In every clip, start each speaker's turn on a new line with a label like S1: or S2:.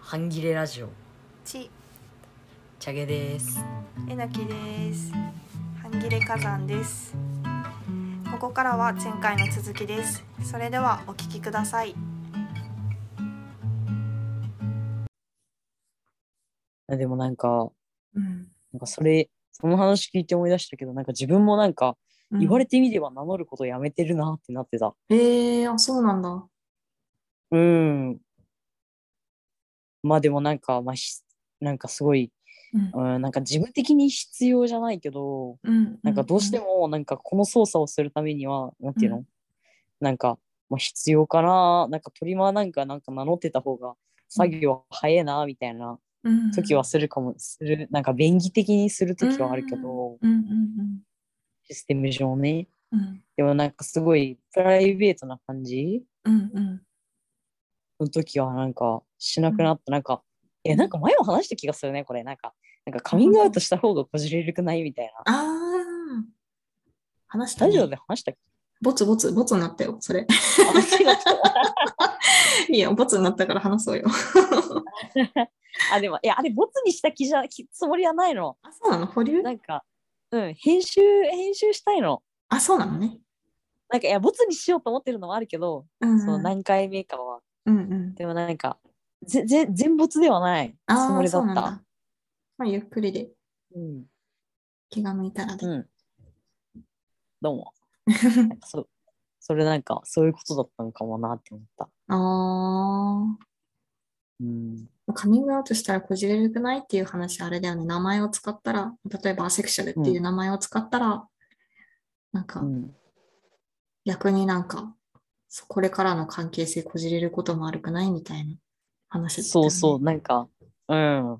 S1: 半切れラジオ
S2: ち
S1: チャゲです
S2: えなきです半切れ火山ですここからは前回の続きですそれではお聞きください
S3: でもなんか、
S2: うん
S3: なんかそれ、その話聞いて思い出したけど、なんか自分もなんか、言われてみれば名乗ることやめてるなってなってた。
S4: ええあ、そうなんだ。
S3: うん。まあでもなんか、まあ、ひなんかすごい、
S4: うん
S3: うん、なんか自分的に必要じゃないけど、
S4: うん。
S3: なんかどうしても、なんかこの操作をするためには、なんていうの、
S4: う
S3: なんか、まあ、必要かな、なんか鳥間なんか、なんか名乗ってた方が作業早いな、みたいな
S4: うん
S3: 時はするかも、する、なんか便宜的にする時はあるけど、
S4: うんうん
S3: システム上ね。
S4: うん。うん
S3: でもなんかすごいプライベートな感じ
S4: うんうん。
S3: の時はなんかしなくなった。なんか、え、なんか前も話した気がするね、これ。なんか、なんかカミングアウトした方がこじれるくないみたいな。
S4: ああ。話した、
S3: ラ
S4: ね。
S3: ジオで話したっけ
S4: ボツボツ、ボツになったよ、そ れ。
S3: あそうだった
S4: いや、ボツになったから話そうよ。
S3: あ、でも、いや、あれ、ボツにした気じゃ、気つもりはないの。
S4: あ、そうなの保留
S3: なんか、うん、編集、編集したいの。
S4: あ、そうなのね。
S3: なんか、いや、ボツにしようと思ってるのもあるけど、
S4: うん、うん。
S3: その何回目かは。
S4: うんうん。
S3: でもなんか、ぜぜ全没ではないつ
S4: あ
S3: も
S4: あ、
S3: りだ
S4: そうな
S3: っ
S4: ん
S3: た。
S4: だ。まあ、ゆっくりで
S3: うん。
S4: 気が向いたらで。
S3: うん。どうも。なんかそそれなんかそういうことだったのかもなって思った。
S4: あ
S3: うん、
S4: あ。カミングアウトしたらこじれるくないっていう話、あれだよね。名前を使ったら、例えばアセクシャルっていう名前を使ったら、なんか、
S3: うん、
S4: 逆になんか、そこれからの関係性こじれることも悪くないみたいな話だったよ
S3: そ
S4: ね
S3: うそう、なんか、うん。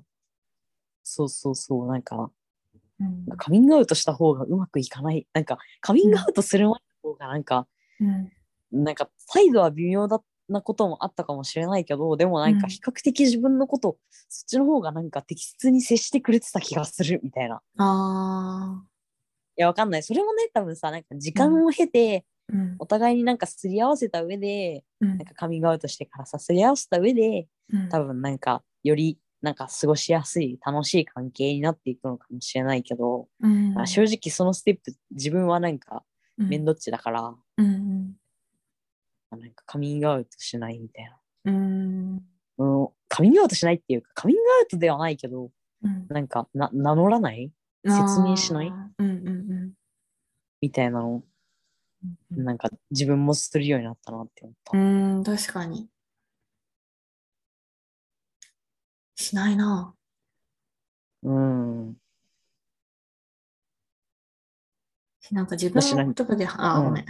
S3: そうそうそう、なんか、
S4: うん。
S3: カミングアウトした方がうまくいかない。なんか、カミングアウトする前の方が、なんか、
S4: うん。
S3: なんか、態度は微妙だなこともあったかもしれないけど、でもなん
S4: う
S3: か、
S4: ん
S3: 比較的自分のこと、そっちの方がなんか適切に接してくれてた気がするみたいな。
S4: あ
S3: いや、わかんない。それもね、多分さ、なんか時間を経て、
S4: ーうん
S3: お互いになんかすり合わせた上で、
S4: うん
S3: なんかカミングアウトしてからさすり合わせた上で
S4: うん
S3: 多分なんかよりなんか過ごしやすい楽しい関係になっていくのかもしれないけど、
S4: うん
S3: あ正直そのステップ自分はなんか
S4: うん
S3: 面倒っちだから、
S4: うん
S3: なんかカミングアウトしないみたいな、
S4: うん
S3: うん、カミングアウトしないっていうかカミングアウトではないけど
S4: うん
S3: なんかな名乗らない説明しない
S4: あーうんうん
S3: みたいなの
S4: うん
S3: なんか自分もするようになったなって思った、
S4: うんうん確かにしないな
S3: うん
S4: なんか自分
S3: しない
S4: の言葉で
S3: う
S4: あー
S3: ん
S4: ごめん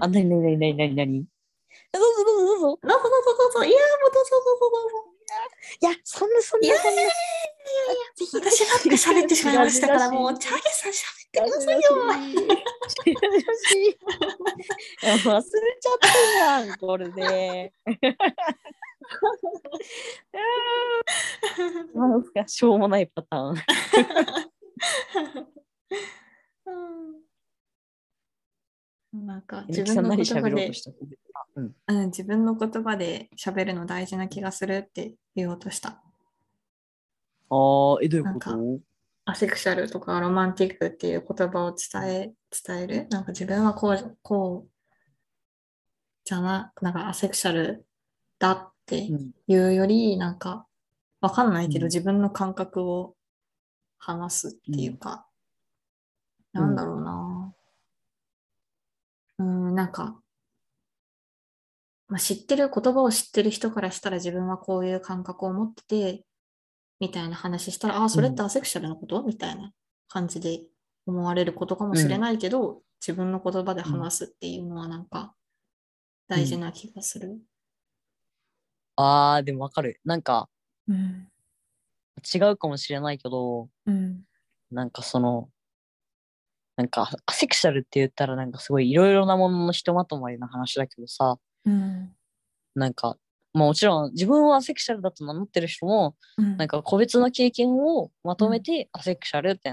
S3: あなになになになになにどうぞどうぞどうぞ
S4: どうぞどうぞどうぞいやーもうどうぞどうぞどうぞ
S3: いやそんなそん
S4: い
S3: な
S4: やい
S3: そ
S4: や
S3: ん
S4: い
S3: な
S4: やいやいや私ばっかり喋ってしまいましたから、もう、チャゲさん喋ってくださいよ。
S3: 恥ずかしいいや忘れちゃったじゃん、これで。なんかしょうもないパターン。
S4: うんなんか自
S3: 自分さ
S4: 分
S3: ん何喋ろ
S4: の言葉
S3: う
S4: で
S3: と、したのあうん、
S4: うん、自分の言葉で喋るの大事な気がするって言おうとした。
S3: あーえ、どういう
S4: なん
S3: こ
S4: か
S3: と
S4: アセクシャルとかロマンティックっていう言葉を伝え、伝える。なんか自分はこう、こう、じゃな、なんかアセクシャルだって
S3: うん
S4: いうより、なんか、わかんないけ
S3: うん
S4: ど、自分の感覚を話すっていうか、
S3: うん
S4: なんだろうな。うん、なんか、まあ、知ってる、言葉を知ってる人からしたら自分はこういう感覚を持ってて、みたいな話したら、ああ、それってアセクシャルのこと、みたいな感じで思われることかもしれないけど、自分の言葉で話すっていうのはなんか大事な気がする。
S3: あー、でもわかる。なんか
S4: うん。
S3: 違うかもしれないけど、
S4: うん。
S3: なんかその、なんかアセクシャルって言ったらなんかすごいいろいろなもののひとまとまりな話だけどさ、
S4: うん。
S3: なんか、まあもちろん自分はアセクシャルだと名乗ってる人も、
S4: うん
S3: なんか個別の経験をまとめてアセクシャルって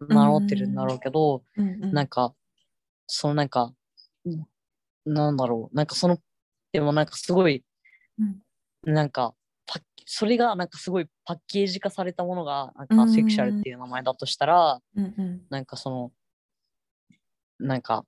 S3: 名乗ってるんだろうけど、
S4: うんうん
S3: なんかそのなんかなんだろうなんかそのでもなんかすごい、
S4: うん
S3: なんかパッそれがなんかすごいパッケージ化されたものがなんかアセクシャルっていう名前だとしたら、
S4: うんうん
S3: なんかそのなんか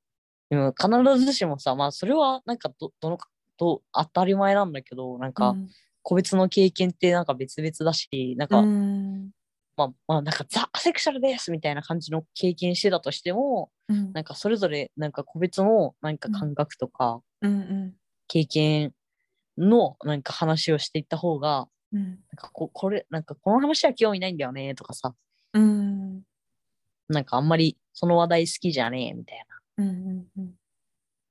S3: でも必ずしもさまあそれはなんかどどのど当たり前なんだけどなんか個別の経験ってなんか別々だしなんか、
S4: うん
S3: まあまあなんかザ・アセクシャルですみたいな感じの経験してたとしても
S4: うん
S3: なんかそれぞれなんか個別のなんか感覚とか
S4: うん
S3: 経験のなんか話をしていった方が
S4: うん
S3: なんかここれなんかこの話は興味ないんだよねとかさ
S4: うん
S3: なんかあんまりその話題好きじゃねえみたいな
S4: うんうんうん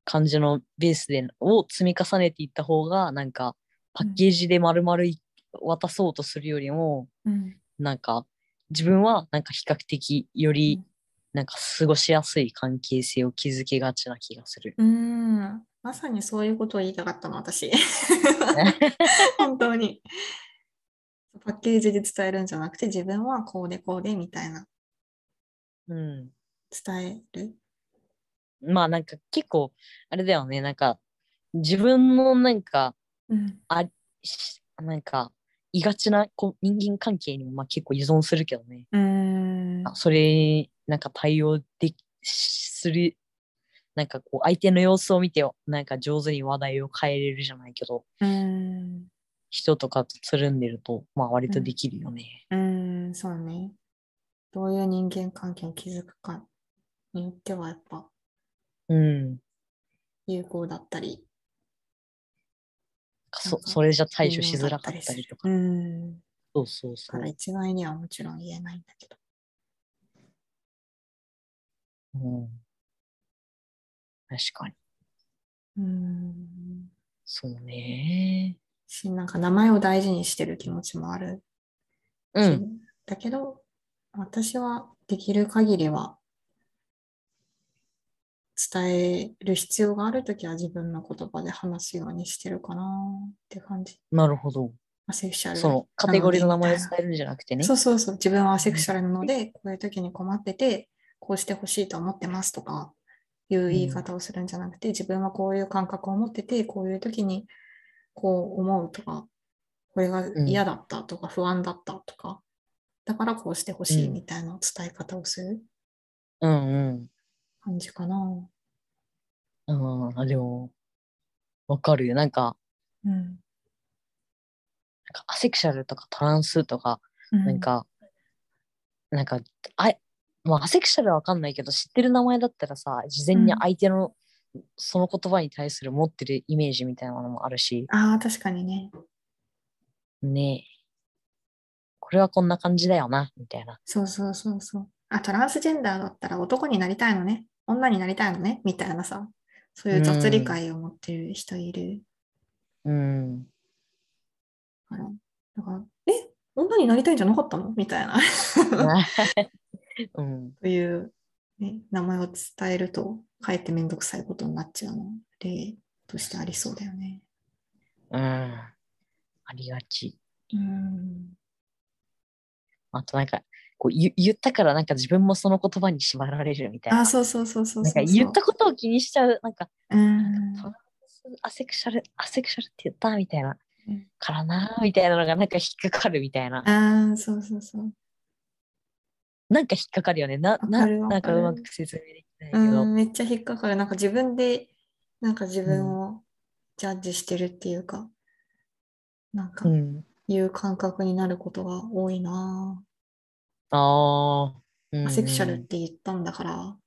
S3: 感じのベースでを積み重ねていった方がなんかパッケージで丸々い渡そうとするよりも
S4: うん
S3: なんか自分はなんか比較的よ
S4: う
S3: り
S4: ん
S3: なんか過ごしやすい関係性を築けがちな気がする。
S4: うんまさにそういうことを言いたかったの 私本当にパッケージで伝えるんじゃなくて自分はこうでこうでみたいな
S3: うん、
S4: 伝える
S3: まあなんか結構あれだよねなんか自分のなんか
S4: うん
S3: しなんかいがちなこう人間関係にもまあ結構依存するけどね。
S4: うん
S3: あそれなんか対応できするなんかこう相手の様子を見てなんか上手に話題を変えれるじゃないけど
S4: うん
S3: 人とかとつるんでるとまあ割とできるよね。
S4: うんそうねどういう人間関係を築くかによってはやっぱ
S3: うん。
S4: 有効だったり
S3: そそれじゃ対処しづらかったりとか。
S4: うん
S3: そうそうそ
S4: か
S3: う
S4: ら。一概にはもちろん言えないんだけど。
S3: うん、確かに。
S4: うん。
S3: そうね。
S4: し、なんか名前を大事にしてる気持ちもある。
S3: うん。。
S4: だけど、私はできる限りは、伝える必要があるときは自分の言葉で話すようにしてるかなって感じ。
S3: なるほど。
S4: アセクシャル。
S3: そのカテゴリーの名前を
S4: なの
S3: 伝
S4: で
S3: えるんじゃなくてね
S4: そ。うそうそう。自分はアセクシャルなので、こういう時に困ってて、こうしてほしいと思ってますとかいう言い方をするんじゃなくて、自分はこういう感覚を持ってて、こういう時にこう思うとか、これが
S3: ん
S4: 嫌だったとか不安だったとか、だからこうしてほしい
S3: うん
S4: みたいな伝え方をする
S3: うん
S4: 感じかな。
S3: うん。うん、でも、わかるよ。なんか、
S4: うん。
S3: なんかアセクシャルとかトランスとか、
S4: な
S3: なん、か、なんか、あまあ、アセクシャルはわかんないけど、知ってる名前だったらさ、事前に
S4: うん
S3: 相手のその言葉に対する持ってるイメージみたいなのもあるし、
S4: ああ、確かにね。
S3: ねえ、これはこんな感じだよな、みたいな。
S4: そうそうそうそう。あ、トランスジェンダーだったら男になりたいのね、女になりたいのね、みたいなさ、そういう雑理解を持ってる人いる
S3: うん。
S4: から、だから、え、女になりたいんじゃなかったのみたいな、
S3: うん、
S4: という、ね、名前を伝えると、かえってめんどくさいことになっちゃうの、例としてありそうだよね。
S3: うん。ありがち。
S4: うん。
S3: あとなんか、こう言言ったからなんか自分もその言葉に縛られるみたいな。
S4: あ、そうそうそうそう
S3: な
S4: そ
S3: ん
S4: う
S3: か
S4: そう。
S3: 言ったことを気にしちゃう。なんか、
S4: うん。
S3: アセクシャル、アセクシャルって言ったみたいな
S4: うん。
S3: からなみたいなのがなんか引っかかるみたいな。
S4: ああ、そうそうそう。
S3: なんか引っかかるよね。な、
S4: わか
S3: な
S4: るわか
S3: なん
S4: る
S3: かうまく説明できないけ
S4: う
S3: ど。
S4: ん、めっちゃ引っかかる。なんか自分で、なんか自分をジャッジしてるっていうか、なんか
S3: うん。
S4: いう感覚になることが多いなぁ。
S3: ああ。うん
S4: アセクシャルって言ったんだから、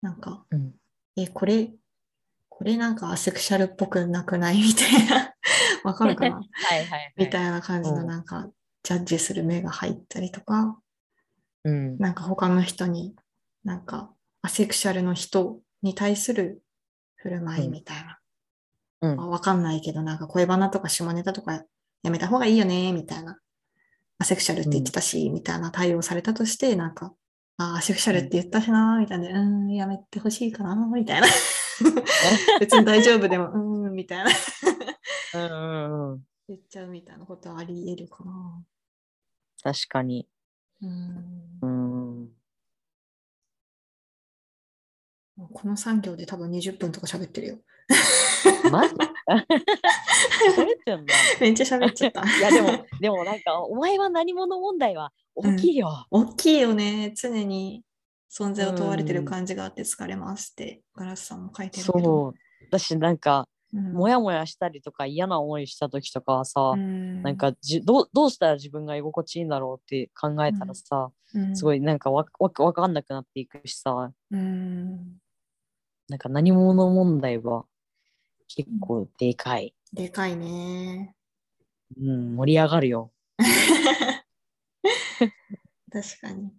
S4: なんか、
S3: うん
S4: え、これ、これなんかアセクシャルっぽくなくない みたいな、わかる かな
S3: はいはい、はい。
S4: みたいな感じ
S3: う
S4: の
S3: ん
S4: なんか、ジャッジする目が入ったりとか、
S3: うん。
S4: なんか他の人に、なんかアセクシャルの人に対する振る舞いみたいな。
S3: うん
S4: まあわかんないけど、なんか恋バナとか下ネタとかやめた方がいいよね、みたいな。アセクシャルって言ってたし、みたいな対応されたとして、なんか、あアセクシャルって言ったしな、みたいな、うーん、やめてほしいかな、みたいな。別に大丈夫でも、うーん、みたいな。
S3: うんうんうん。
S4: 言っちゃうみたいなことはあり得るかな。
S3: 確かに。
S4: うん
S3: うん。
S4: この3行で多分20分とか喋ってるよ。
S3: マジ喋ってんだ。
S4: めっちゃ喋っちゃった。
S3: いやでも、でもなんか、お前は何者問題は大きいよ。
S4: 大きいよね。常に存在を問われてる感じがあって疲れますって、ガラスさんも書いてるけど。
S3: そう。私なんか、
S4: うん
S3: もやもやしたりとか嫌な思いした時とかはさ、
S4: うん
S3: なんかじどうどうしたら自分が居心地いいんだろうって考えたらさ、
S4: うん
S3: すごいなんかわわわかんなくなっていくしさ、
S4: うん
S3: なんか何者問題は結構でかい。
S4: でかい ね。
S3: うん、盛り上がるよ。
S4: 確かに。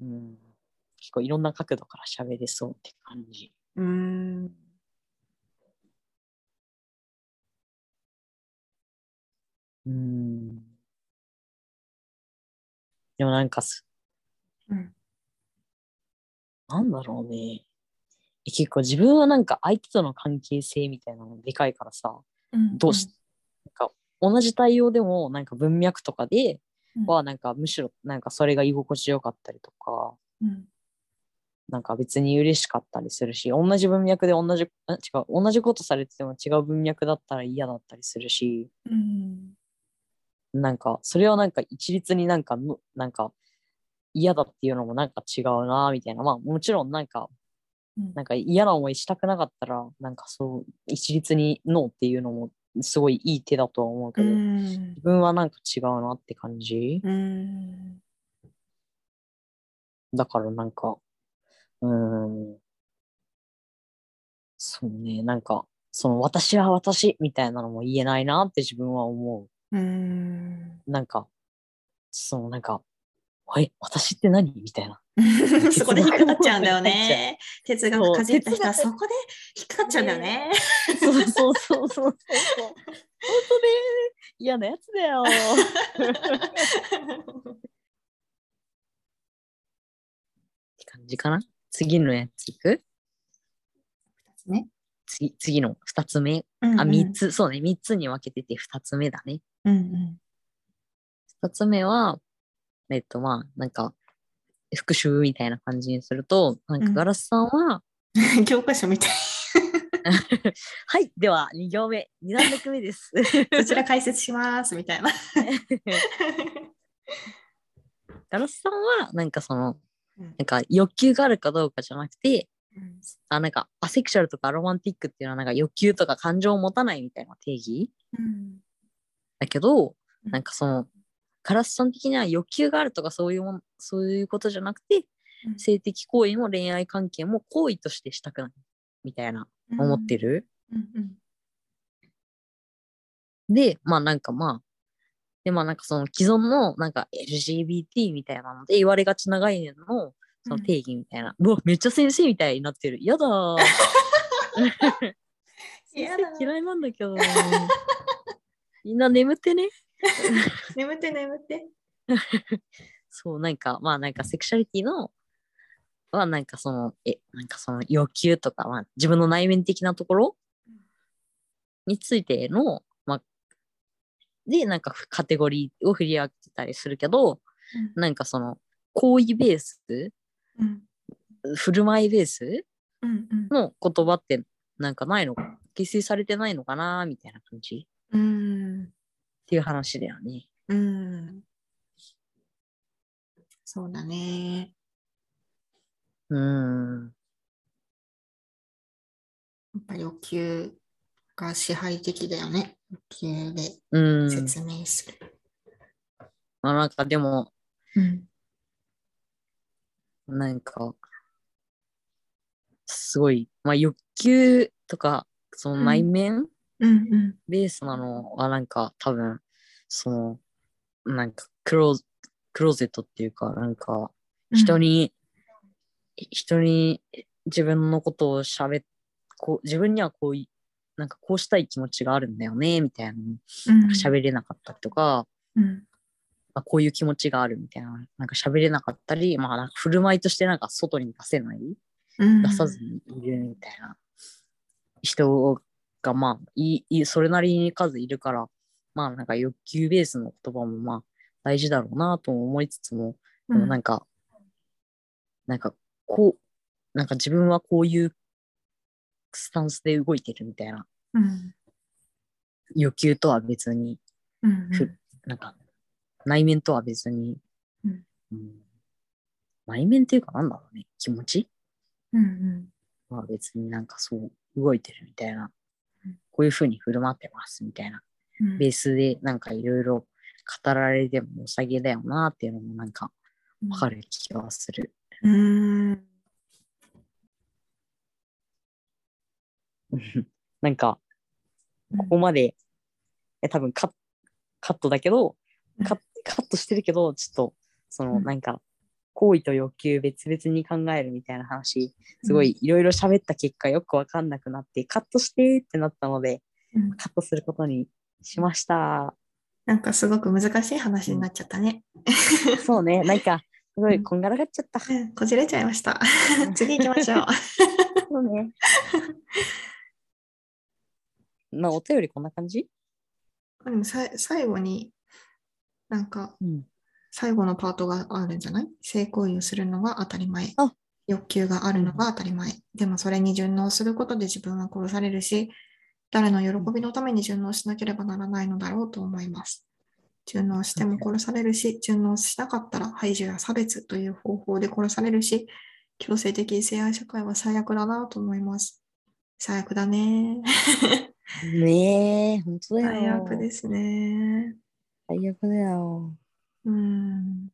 S3: うん、結構いろんな角度から喋れそうって感じ。
S4: うん。
S3: うん。でもなんかす、
S4: うん
S3: なんだろうね。え結構自分はなんか相手との関係性みたいなのでかいからさ、どうし、なんか同じ対応でもなんか文脈とかで
S4: うん
S3: はなんかむしろなんかそれが居心地よかったりとか、
S4: うん
S3: なんか別に嬉しかったりするし、同じ文脈で同じ、あ違う、同じことされてても違う文脈だったら嫌だったりするし、
S4: うん
S3: なんか、それはなんか一律になんかむ、なんか嫌だっていうのもなんか違うなみたいな。まあもちろんなんか、
S4: うん
S3: なんか嫌な思いしたくなかったら、なんかそう、一律にノーっていうのもすごいいい手だとは思うけど、
S4: うん
S3: 自分はなんか違うなって感じ。
S4: うん
S3: だからなんか、うーん。そうね、なんか、その私は私みたいなのも言えないなって自分は思
S4: うん
S3: う。なんか、そのなんか、え、私って何みたいな。
S4: そこで引っかかっちゃうんだよね。哲学かじった人はそこで引っかかっちゃうんだよね。
S3: そうそうそうそうそう。本当ね、嫌なやつだよ。って感じかな。次のやついく
S4: ね。
S3: 次、次の二つ目。
S4: うん
S3: あ、三。つ、そうね、三つに分けてて二つ目だね。
S4: うんうん
S3: 二つ目は、えっとまあ、なんか、復習みたいな感じにすると、なん
S4: う
S3: か
S4: ん
S3: ガラスさんは、
S4: うん教科書みたい。
S3: はい、では2行目、2段落目 です。
S4: こちら解説しますみたいな。
S3: ガラスさんは、なんかその、
S4: うん
S3: なんか欲求があるかどうかじゃなくて、あなんかアセクシャルとかアロマンティックっていうのはなんか欲求とか感情を持たないみたいな定義
S4: うん
S3: だけど、
S4: うん
S3: なんかその、ガラスさん的には欲求があるとかそういうもん、そういうことじゃなくて、
S4: うん
S3: 性的行為も恋愛関係も行為としてしたくないみたいな思って。る。
S4: うんうん
S3: で、まあなんかまあ、でまあなんかその既存のなんか LGBT みたいなので言われがちな概念のその定義みたいな。うわ、めっちゃ先生みたいになってる。やだー。先
S4: やだ
S3: 生嫌いなんだけど。 みんな眠ってね。
S4: 眠って眠って。
S3: そう、なんかまあなんかセクシャリティのはなんかその、え、なんかその欲求とか、まあ自分の内面的なところについての、まあ、で、なんかカテゴリーを振り分けたりするけど、なんかその行為ベース
S4: うん
S3: 振る舞いベース
S4: うん
S3: の言葉ってなんかないの形成されてないのかなみたいな感じっ
S4: うん
S3: ていう話だよね。
S4: うん。そうだね。
S3: うーん。
S4: やっぱり欲求が支配的だよね。欲求で
S3: うーん。
S4: 説明する。
S3: まあなんかでも、
S4: うん。
S3: なんか、すごい、まあ欲求とか、その内面
S4: うんうん。
S3: ベースなのはなんか多分、その、なんかクロークローゼットっていうか、なんか、人
S4: に。
S3: に、人に自分のことを喋っこう自分にはこういなんかこうしたい気持ちがあるんだよねみたいなのなんか喋れなかったりとか、
S4: うん。
S3: まあ、こういう気持ちがあるみたいななんか喋れなかったり、まあ、なんか振る舞いとしてなんか外に出せない
S4: うん
S3: 出さずにいるみたいな人がまあいいいそれなりに数いるからまあなんか欲求ベースの言葉もまあ大事だろうなとも思いつつもでもなんか、なんかこう、なんか自分はこういうスタンスで動いてるみたいな
S4: うん。
S3: 欲求とは別に
S4: うん
S3: ふなんか内面とは別に、
S4: うん
S3: うん内面っていうかなんだろうね気持ち
S4: うんうん。
S3: まあ別になんかそう動いてるみたいな
S4: うん、
S3: こういう風に振る舞ってますみたいな、
S4: うん
S3: ベースでなんかいろいろ語られてもお下げだよなっていうのもなんかわかる気がする。
S4: うん。
S3: なんか、ここまで、え多分カッカットだけど
S4: うん
S3: カッ、カットしてるけど、ちょっと、その
S4: うん
S3: なんか、行為と欲求別々に考えるみたいな話、すごいいろいろ喋った結果よくわかんなくなって、カットしてってなったので、
S4: うん。
S3: カットすることにしました。
S4: なんかすごく難しい話になっちゃったね。
S3: そうね、なんか、すご
S4: う
S3: い
S4: ん
S3: こんがらがっちゃった。そ
S4: うんこじれちゃいま した。次行きましょう。
S3: う ね。まあ、お便りこんな感じ
S4: でもさ最後に、なんか
S3: うん。
S4: 最後のパートがあるんじゃない性行為をするのが当たり前
S3: あ。
S4: 欲求があるのが当たり前。でもそれに順応することで自分は殺されるし、誰の喜びのために順応しなければならないのだろうと思います。順応しても殺されるし、順応しなかったら排除や差別という方法で殺されるし、強制的性愛社会は最悪だなと思います。最悪だね。
S3: ねえ、本当だよ。
S4: 最悪ですね。
S3: 最悪だよ。
S4: うん。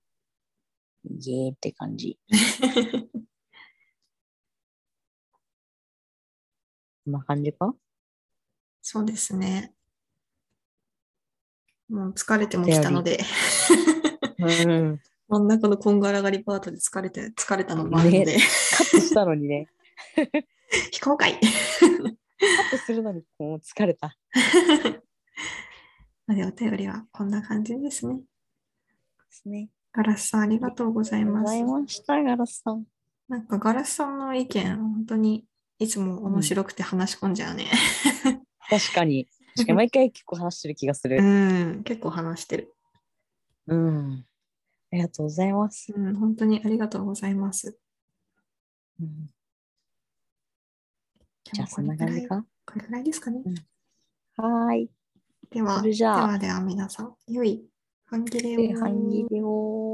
S3: イエーって感じ。こんな感じか
S4: そうですね。もう疲れてもきたので、
S3: うん。
S4: 真ん中のこんがらがりパートで疲れて、疲れたのもあるので、
S3: カットしたのにね。
S4: 非公開。
S3: カットするのにもう疲れた。
S4: なので、お便りはこんな感じですね。
S3: ですね。
S4: ガラスさん、ありがとうござ
S3: あ
S4: い
S3: りがとう
S4: ま
S3: ござ
S4: す
S3: い。ました、ガラスさん。
S4: なんか、ガラスさんの意見、本当にいつも面白くて話し込んじゃうね。
S3: 確かに。確かに毎回結構話してる気がす
S4: う
S3: る。
S4: ん、結構話してる。
S3: うん。ありがとうございます。
S4: うん、本当にありがとうございます。
S3: うんじゃあそんな感じか。
S4: これくらいですかね。
S3: はーい。
S4: では、
S3: それじゃあ
S4: ではでは皆さん、良い半切れを。
S3: 半切れを。